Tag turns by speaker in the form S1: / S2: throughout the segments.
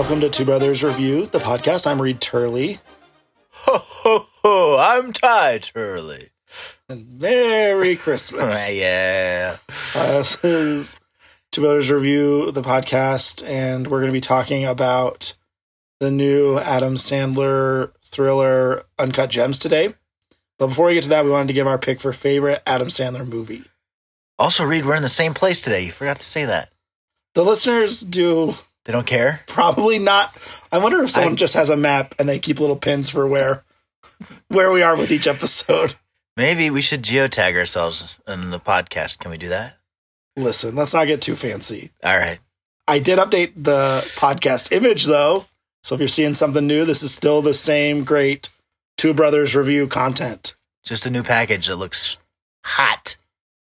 S1: Welcome to Two Brothers Review, the podcast. I'm Reed Turley.
S2: Ho ho ho! I'm Ty Turley.
S1: Merry Christmas.
S2: yeah.
S1: Uh, this is Two Brothers Review, the podcast, and we're going to be talking about the new Adam Sandler thriller Uncut Gems today. But before we get to that, we wanted to give our pick for favorite Adam Sandler movie.
S2: Also, Reed, we're in the same place today. You forgot to say that.
S1: The listeners do
S2: They don't care.
S1: probably not. I wonder if someone
S2: I-
S1: just has a map and they keep little pins for where where we are with each episode.
S2: Maybe we should geotag ourselves in the podcast. Can we do that?
S1: Listen, let's not get too fancy.
S2: All right.
S1: I did update the podcast image though. So if you're seeing something new, this is still the same great Two Brothers review content.
S2: Just a new package that looks hot.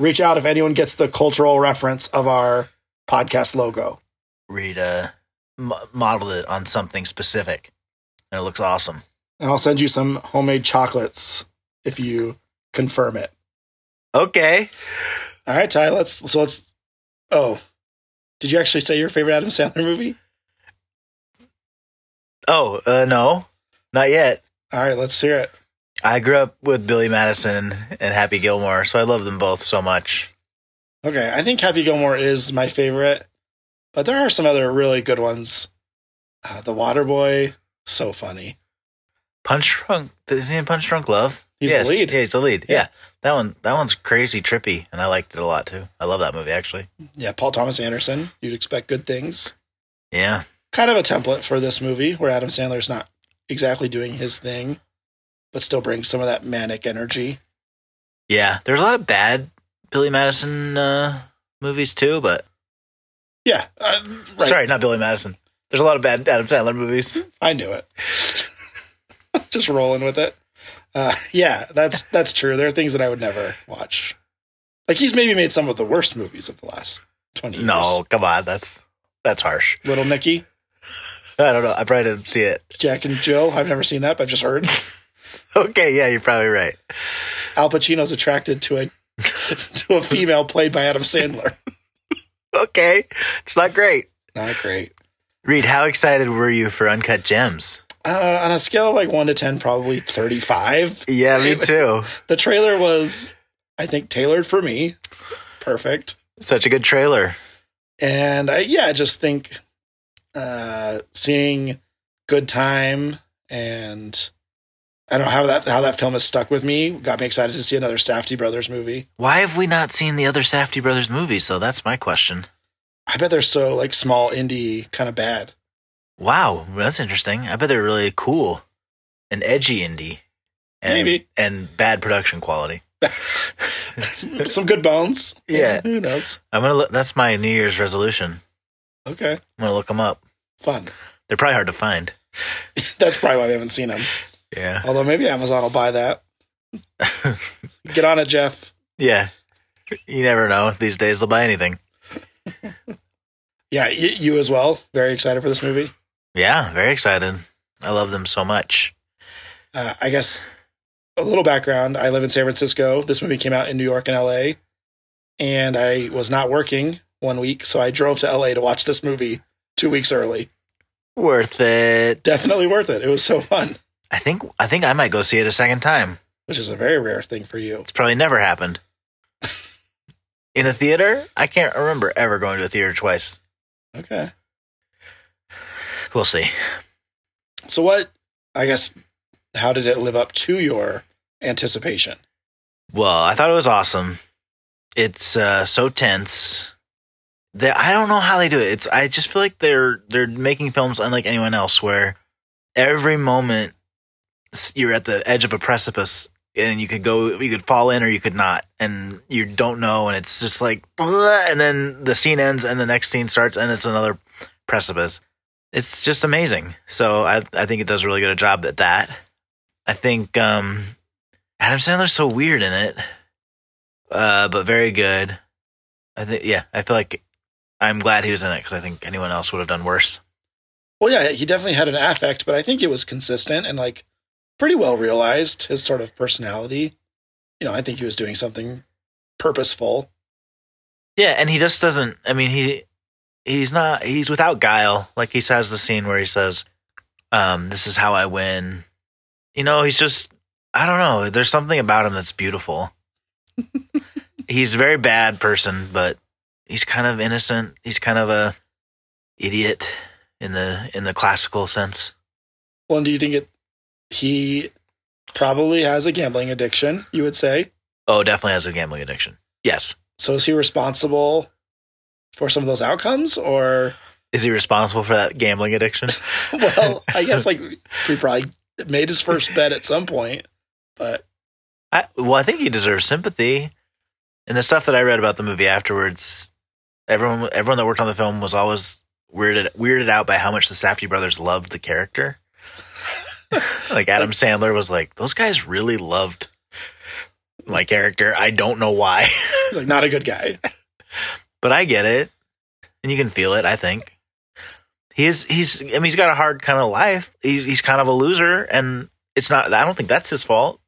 S1: Reach out if anyone gets the cultural reference of our podcast logo.
S2: Reed uh, m- modeled it on something specific, and it looks awesome.
S1: And I'll send you some homemade chocolates if you confirm it.
S2: Okay.
S1: All right, Ty, let's so let's Oh. Did you actually say your favorite Adam Sandler movie?
S2: Oh uh, no, not yet.
S1: All right, let's hear it.
S2: I grew up with Billy Madison and Happy Gilmore, so I love them both so much.
S1: Okay, I think Happy Gilmore is my favorite, but there are some other really good ones. Uh, the Waterboy, so funny.
S2: Punch Drunk. Is he in Punch Drunk Love?
S1: He's the lead.
S2: Yeah, he's the lead.
S1: Yeah.
S2: Yeah. That one that one's crazy trippy and I liked it a lot too. I love that movie actually.
S1: yeah, Paul Thomas Anderson. You'd expect good things.
S2: Yeah.
S1: Kind of a template for this movie where Adam Sandler's not exactly doing his thing, but still brings some of that manic energy.
S2: Yeah. There's a lot of bad Billy Madison uh movies too, but
S1: Yeah, uh, right.
S2: sorry, not Billy Madison. There's a lot of bad Adam Sandler movies.
S1: I knew it. Just rolling with it. Uh, yeah, that's that's true. There are things that I would never watch. Like he's maybe made some of the worst movies of the last twenty years.
S2: No, come on, that's that's harsh.
S1: Little Nicky,
S2: I don't know. I probably didn't see it.
S1: Jack and Jill. I've never seen that, but I've just heard.
S2: Okay, yeah, you're probably right.
S1: Al Pacino's attracted to a to a female played by Adam Sandler.
S2: Okay. It's not great.
S1: Not great.
S2: Reed, how excited were you for Uncut Gems?
S1: Uh, on a scale of like one to ten, probably thirty-five.
S2: Yeah, me too.
S1: The trailer was, I think, tailored for me, perfect.
S2: Such a good trailer.
S1: And I, yeah, I just think uh, seeing good time and I don't know how that how that film has stuck with me. Got me excited to see another Safety Brothers movie.
S2: Why have we not seen the other Safety Brothers movies, though? That's my question.
S1: I bet they're so like small indie, kind of bad.
S2: Wow, that's interesting. I bet they're really cool and edgy indie. And,
S1: Maybe.
S2: And bad production quality.
S1: Some good bones.
S2: Yeah.
S1: who knows?
S2: I'm gonna. Look, that's my New Year's resolution.
S1: Okay,
S2: I'm gonna look them up.
S1: fun.
S2: They're probably hard to find.
S1: That's probably why we haven't seen them.
S2: Yeah.
S1: Although maybe Amazon will buy that. Get on it, Jeff.
S2: Yeah. You never know. These days they'll buy anything.
S1: Yeah, y- you as well. Very excited for this movie.
S2: Yeah. Very excited. I love them so much.
S1: Uh, I guess a little background. I live in San Francisco. This movie came out in New York and LA, and I was not working one week, so I drove to LA to watch this movie two weeks early.
S2: Worth it.
S1: Definitely worth it. It was so fun,
S2: I think. I think I might go see it a second time.
S1: which is a very rare thing for you.
S2: It's probably never happened. In a theater? I can't remember ever going to a theater twice.
S1: Okay.
S2: We'll see.
S1: So, what, I guess, how did it live up to your anticipation?
S2: Well, I thought it was awesome. It's uh, so tense. That I don't know how they do it. It's I just feel like they're they're making films unlike anyone else, where every moment s- you're at the edge of a precipice, and you could go, you could fall in, or you could not, and you don't know, and it's just like, "Bleh," and then the scene ends, and the next scene starts, and it's another precipice. It's just amazing. So I I think it does a really good job at that. I think um, Adam Sandler's so weird in it, uh, but very good. I think, yeah, I feel like I'm glad he was in it because I think anyone else would have done worse.
S1: Well, yeah, he definitely had an affect, but I think it was consistent and like pretty well realized his sort of personality. You know, I think he was doing something purposeful.
S2: Yeah, and he just doesn't. I mean, he he's not he's without guile. Like he says the scene where he says, um, "This is how I win." You know, he's just I don't know. There's something about him that's beautiful. he's a very bad person, but he's kind of innocent. He's kind of a idiot in the in the classical sense.
S1: Well, and do you think it? He probably has a gambling addiction. You would say
S2: Oh, definitely has a gambling addiction. Yes.
S1: so. Is he responsible for some of those outcomes, or
S2: Is he responsible for that gambling addiction?
S1: well, I guess like he probably made his first bet at some point, but
S2: I, well, I think he deserves sympathy. And the stuff that I read about the movie afterwards, everyone everyone that worked on the film was always weirded weirded out by how much the Safdie brothers loved the character. like Adam Sandler was like, those guys really loved my character. I don't know why,
S1: he's like not a good guy.
S2: but I get it, and you can feel it. I think he is. He's. I mean, he's got a hard kind of life. He's he's kind of a loser, and it's not. I don't think that's his fault.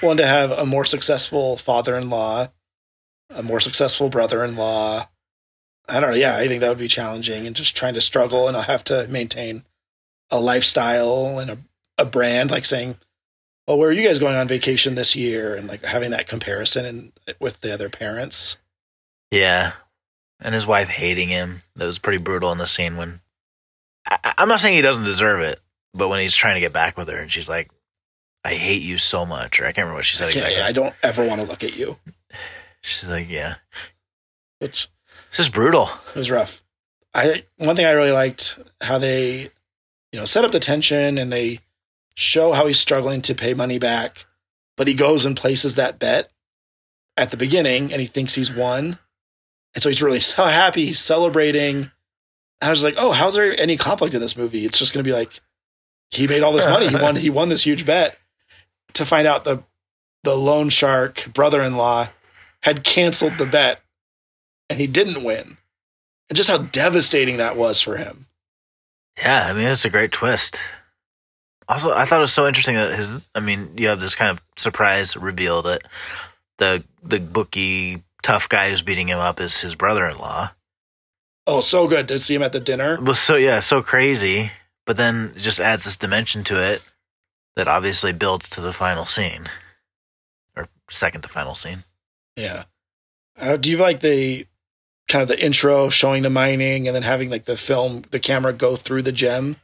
S1: One to have a more successful father-in-law, a more successful brother-in-law. I don't know. Yeah, I think that would be challenging, and just trying to struggle and I'll have to maintain a lifestyle and a a brand. Like saying, "Well, where are you guys going on vacation this year?" And like having that comparison and with the other parents.
S2: Yeah. And his wife hating him. That was pretty brutal in the scene when I, I- I'm not saying he doesn't deserve it, but when he's trying to get back with her and she's like, I hate you so much, or I can't remember what she said
S1: I can't-
S2: exactly.
S1: I don't ever want to look at you,
S2: She's like, Yeah.
S1: which
S2: This is brutal.
S1: It was rough. I one thing I really liked how they, you know, set up the tension and they show how he's struggling to pay money back, but he goes and places that bet at the beginning and he thinks he's won, and so he's really so happy, he's celebrating. I was like, oh, how's there any conflict in this movie? It's just going to be like he made all this money, he won, he won this huge bet. To find out the the loan shark brother-in-law had canceled the bet and he didn't win and just how devastating that was for him.
S2: Yeah, I mean it's a great twist. Also, I thought it was so interesting that his I mean, you have this kind of surprise reveal that the the bookie tough guy who's beating him up is his brother in law.
S1: Oh, so good to see him at the dinner.
S2: Well, so yeah, so crazy, but then it just adds this dimension to it that obviously builds to the final scene or second to final scene.
S1: Yeah. Uh, do you like the kind of the intro showing the mining and then having like the film, the camera go through the gem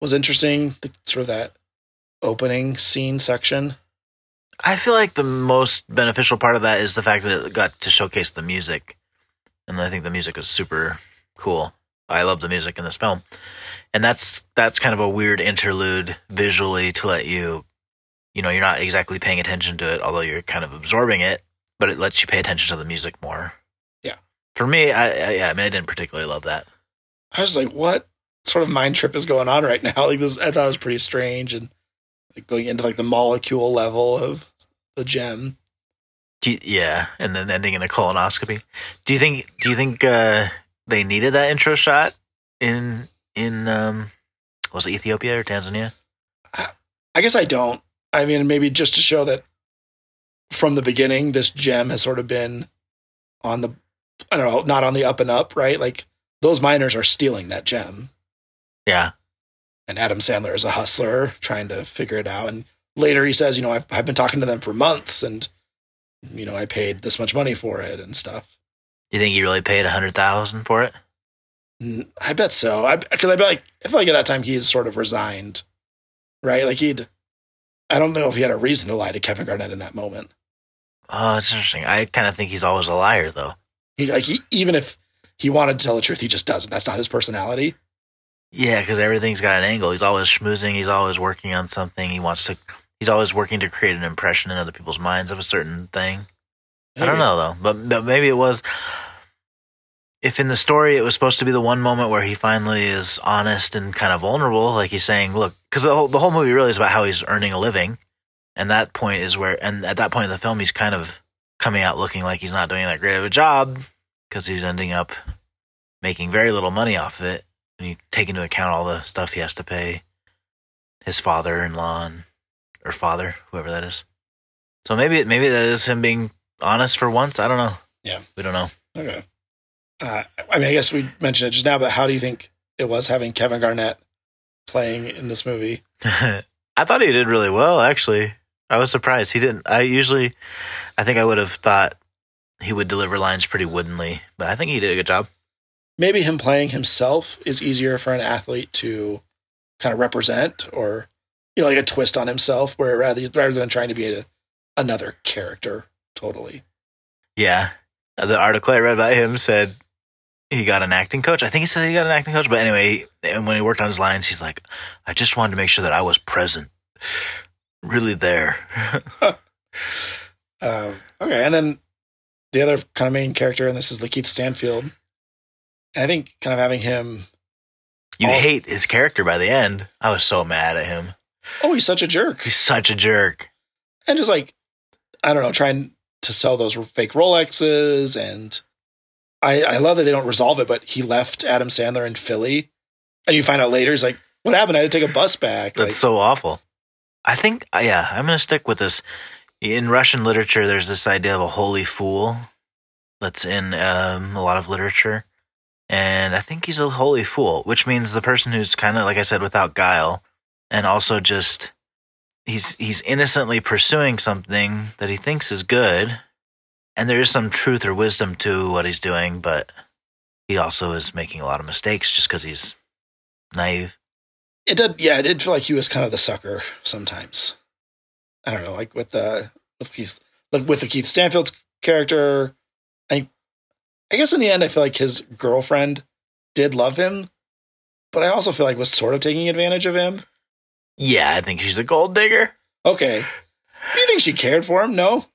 S1: was interesting. The- Sort of that opening scene section.
S2: I feel like the most beneficial part of that is the fact that it got to showcase the music, and I think the music was super cool. I love the music in this film, and that's that's kind of a weird interlude visually to let you, you know, you're not exactly paying attention to it, although you're kind of absorbing it, but it lets you pay attention to the music more.
S1: Yeah.
S2: for me, I, I yeah, I mean, I didn't particularly love that.
S1: I was like, what sort of mind trip is going on right now? Like this, I thought it was pretty strange and like going into like the molecule level of the gem.
S2: Do you- yeah, and then ending in a colonoscopy. Do you think? Do you think uh, they needed that intro shot in in um, was it Ethiopia or Tanzania?
S1: I guess I don't. I mean, maybe just to show that from the beginning, this gem has sort of been on the, I don't know, not on the up and up, right? Like those miners are stealing that gem,
S2: Yeah,
S1: and Adam Sandler is a hustler trying to figure it out. And later he says, you know, I've, I've been talking to them for months, and you know, I paid this much money for it and stuff.
S2: you think he really paid a hundred thousand for it?
S1: N- I bet so. I because I bet like I feel like at that time he's sort of resigned, right? Like he'd. I don't know if he had a reason to lie to Kevin Garnett in that moment.
S2: Oh, it's interesting. I kind of think he's always a liar, though.
S1: He like he, even if he wanted to tell the truth, he just doesn't. That's not his personality.
S2: Yeah, because everything's got an angle. He's always schmoozing. He's always working on something. He wants to. He's always working to create an impression in other people's minds of a certain thing. I don't know though, but, but maybe it was. If in the story it was supposed to be the one moment where he finally is honest and kind of vulnerable, like he's saying, "Look," because the whole, the whole movie really is about how he's earning a living, and that point is where, and at that point in the film, he's kind of coming out looking like he's not doing that great of a job because he's ending up making very little money off of it. When you take into account all the stuff he has to pay his father-in-law and, or father, whoever that is. So maybe maybe that is him being honest for once. I don't know.
S1: Yeah.
S2: We don't know.
S1: Okay. Uh, I mean, I guess we mentioned it just now, but how do you think it was having Kevin Garnett playing in this movie?
S2: I thought he did really well, actually. I was surprised he didn't. I usually, I think I would have thought he would deliver lines pretty woodenly, but I think he did a good job.
S1: Maybe him playing himself is easier for an athlete to kind of represent, or you know, like a twist on himself, where rather rather than trying to be a, another character totally.
S2: Yeah, the article I read about him said he got an acting coach. I think he said he got an acting coach, but anyway, and when he worked on his lines, he's like, I just wanted to make sure that I was present, really there.
S1: Uh, okay, and then the other kind of main character, and this is Lakeith Stanfield. And I think kind of having him.
S2: you
S1: Also-
S2: hate his character by the end. I was so mad at him.
S1: Oh, he's such a jerk,
S2: He's such a jerk.
S1: and just like I don't know, trying to sell those fake Rolexes, and I I love that they don't resolve it. But he left Adam Sandler in Philly, and you find out later he's like, "What happened? I had to take a bus back."
S2: That's
S1: like,
S2: so awful. I think, uh, yeah, I'm going to stick with this. In Russian literature, there's this idea of a holy fool that's in um, a lot of literature. And I think he's a holy fool, which means the person who's kind of, like I said, without guile and also just. He's he's innocently pursuing something that he thinks is good, and there is some truth or wisdom to what he's doing, but he also is making a lot of mistakes just because he's naive.
S1: it did yeah it did feel like he was kind of the sucker sometimes i don't know like with the with keith like with the keith stanfield's character i i guess in the end i feel like his girlfriend did love him but i also feel like was sort of taking advantage of him
S2: Yeah, I think she's a gold digger.
S1: okay do you think she cared for him no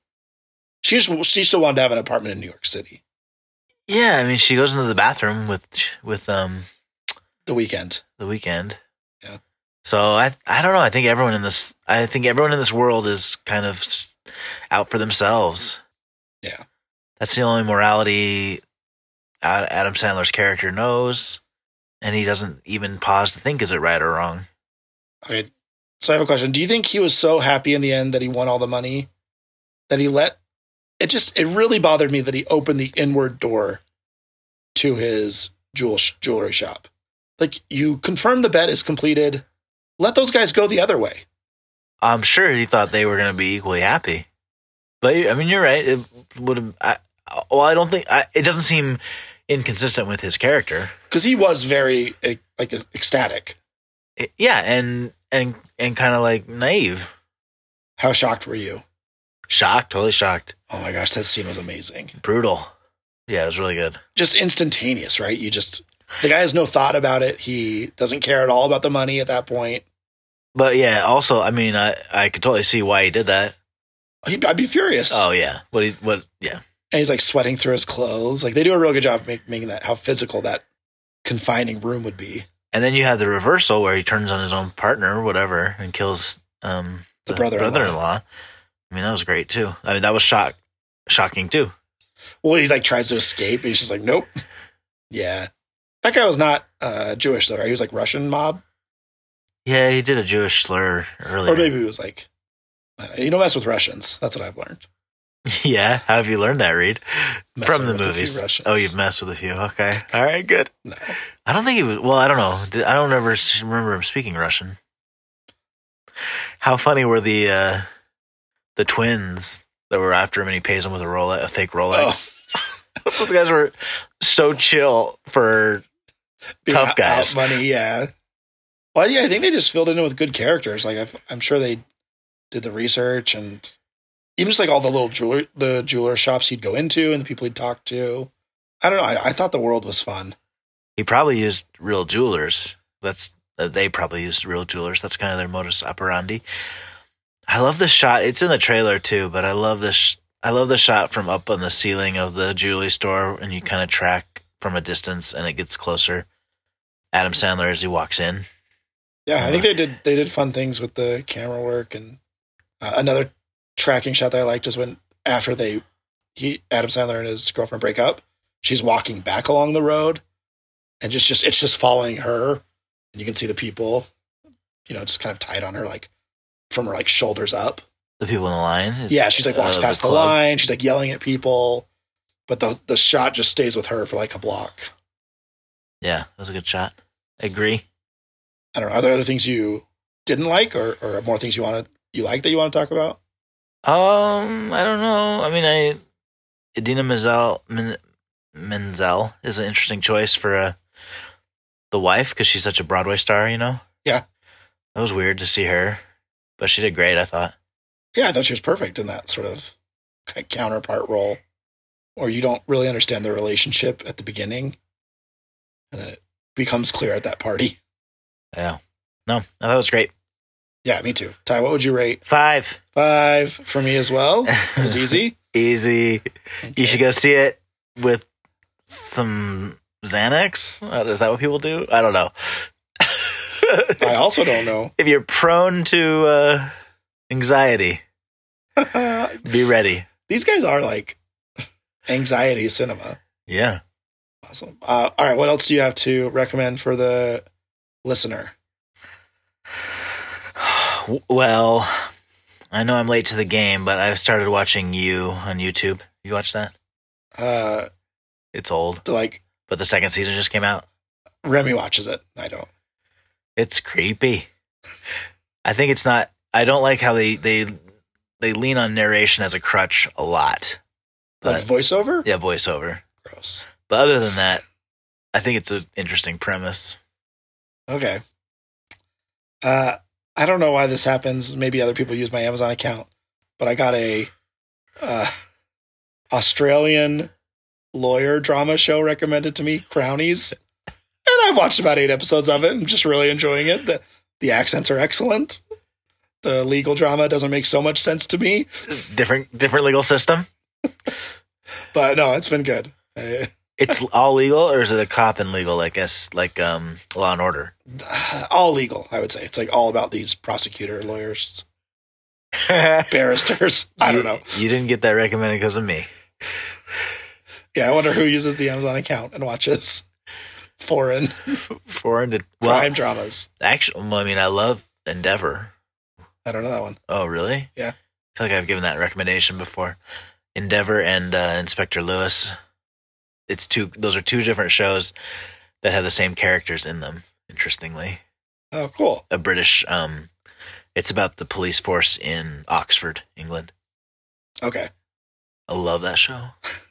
S1: she just she still wanted to have an apartment in new york city
S2: Yeah, I mean she goes into the bathroom with with um
S1: the weekend
S2: the weekend.
S1: Yeah.
S2: So I I don't know. I think everyone in this I think everyone in this world is kind of s- out for themselves.
S1: Yeah.
S2: That's the only morality Ad- Adam Sandler's character knows, and he doesn't even pause to think is it right or wrong.
S1: okay so i have a question do you think he was so happy in the end that he won all the money that he let it just it really bothered me that he opened the inward door to his jewel jewelry shop like you confirm the bet is completed let those guys go the other way
S2: I'm sure he thought they were going to be equally happy. But I mean, you're right. It would have. I, well, I don't think I, it doesn't seem inconsistent with his character.
S1: because he was very eh, like ecstatic
S2: It- yeah, and and and kind of like naive,
S1: how shocked were you
S2: shocked, totally shocked,
S1: oh my gosh that scene was amazing
S2: brutal. Yeah, it was really good.
S1: just instantaneous right you just the guy has no thought about it he doesn't care at all about the money at that point
S2: But yeah, also, I mean, I I could totally see why he did that.
S1: He'd- i'd be furious
S2: Oh yeah, what he what yeah
S1: and he's like sweating through his clothes. Like they do a real good job of make, making that how physical that confining room would be.
S2: And then you have the reversal where he turns on his own partner, whatever, and kills um,
S1: The brother-in-law.
S2: brother-in-law. I mean, that was great too. I mean, that was shock, shocking too.
S1: Well, he like tries to escape, and he's just like, nope. Yeah, that guy was not uh, Jewish though. Right? He was like Russian mob,
S2: Yeah, he did a Jewish slur earlier.
S1: or Oh, maybe he was like, I don't know. you don't mess with Russians. That's what I've learned.
S2: yeah, how have you learned that, Reed?
S1: Messing
S2: From the
S1: with a few
S2: movies.
S1: Russians.
S2: Oh, you've messed with a few. Okay, all right, good.
S1: No,
S2: I don't think he was. Well, I don't know. Did- I don't ever s- remember him speaking Russian. How funny were the uh, the twins that were after him, and he pays them with a Rolex, a fake
S1: Oh.
S2: Rolex. Those guys were so chill for
S1: being
S2: Tough
S1: out-
S2: guys.
S1: out money. Yeah. Well, yeah, I think they just filled in with good characters. Like I've, I'm sure they did the research and even just like all the little jeweler, the jeweler shops he'd go into and the people he'd talk to. I don't know. I, I thought the world was fun.
S2: he probably used real jewelers. That's uh, they probably used real jewelers. That's kind of their modus operandi. I love the shot. It's in the trailer too, but I love this. sh- I love the shot from up on the ceiling of the jewelry store, and you kind of track from a distance, and it gets closer. Adam Sandler as he walks in.
S1: Yeah, I
S2: Uh,
S1: think they did. They did fun things with the camera work and uh, another tracking shot that I liked was when after they, he Adam Sandler and his girlfriend break up, she's walking back along the road, and just just it's just following her, and you can see the people, you know, just kind of tied on her like from her like shoulders up.
S2: The people in the line. is-
S1: Yeah, she's like walks
S2: Hmm. uh, the
S1: past the
S2: club.
S1: line. She's like yelling at people. but the the shot just stays with her for like a block.
S2: Yeah, that was a good shot. Agree.
S1: I don't know. Are there other things you didn't like, or or more things you wanted you like that you want to talk about?
S2: Um, I don't know. I mean, I Idina Menzel Men, Menzel is an interesting choice for uh, the wife because she's such a Broadway star, you know.
S1: Yeah.
S2: that was weird to see her, but she did great. I thought.
S1: Yeah, I thought she was perfect in that sort of kind of counterpart role, or you don't really understand their relationship at the beginning, and then it becomes clear at that party.
S2: Yeah. No, no that was great.
S1: Yeah, me too. Ty, what would you rate?
S2: Five.
S1: Five for me as well. It was easy.
S2: Easy.
S1: Okay.
S2: You should go see it with some Xanax. Uh, Is that what people do? I don't know.
S1: I also don't know.
S2: if you're prone to uh, anxiety, be ready.
S1: These guys are like anxiety cinema.
S2: Yeah.
S1: Awesome. Uh, all right. What else do you have to recommend for the listener?
S2: W- Well, I know I'm late to the game, but I've started watching you on YouTube. You watch that?
S1: Uh,
S2: It's old,
S1: the, like
S2: but the second season just came out.
S1: Remy watches it. I don't.
S2: It's creepy. I think it's not. I don't like how they they they lean on narration as a crutch a lot.
S1: Like voiceover.
S2: Yeah, voiceover.
S1: Gross.
S2: But other than that, I think it's an interesting premise.
S1: Okay. Uh, I don't know why this happens. Maybe other people use my Amazon account, but I got a uh, Australian lawyer drama show recommended to me, Crownies, and I've watched about eight episodes of it. I'm just really enjoying it. The the accents are excellent. The legal drama doesn't make so much sense to me,
S2: Different different legal system.
S1: but no, it's been good. Uh, I,
S2: It's all legal, or is it a cop and legal? Like guess like um Law and Order.
S1: all legal, I would say. It's like all about these prosecutor lawyers, barristers. I don't know.
S2: You, you didn't get that recommended because of me.
S1: Yeah, I wonder who uses the Amazon account and watches foreign
S2: Foreign to well,
S1: crime dramas.
S2: actually, well, I mean, I love Endeavor.
S1: I don't know that one.
S2: Oh, really?
S1: Yeah.
S2: I feel like I've given that recommendation before. Endeavor and uh, Inspector Lewis. It's two. Those are two different shows that have the same characters in them. Interestingly.
S1: Oh, cool.
S2: a British. Um, it's about the police force in Oxford, England.
S1: Okay,
S2: I love that show.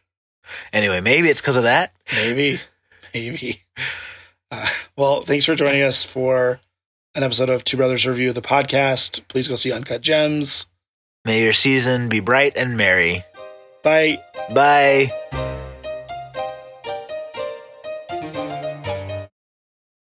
S2: anyway, maybe it's because of that.
S1: maybe, maybe. Uh, well, thanks for joining us for an episode of Two Brothers Review the podcast. Please go see Uncut Gems.
S2: May your season be bright and merry.
S1: Bye.
S2: Bye.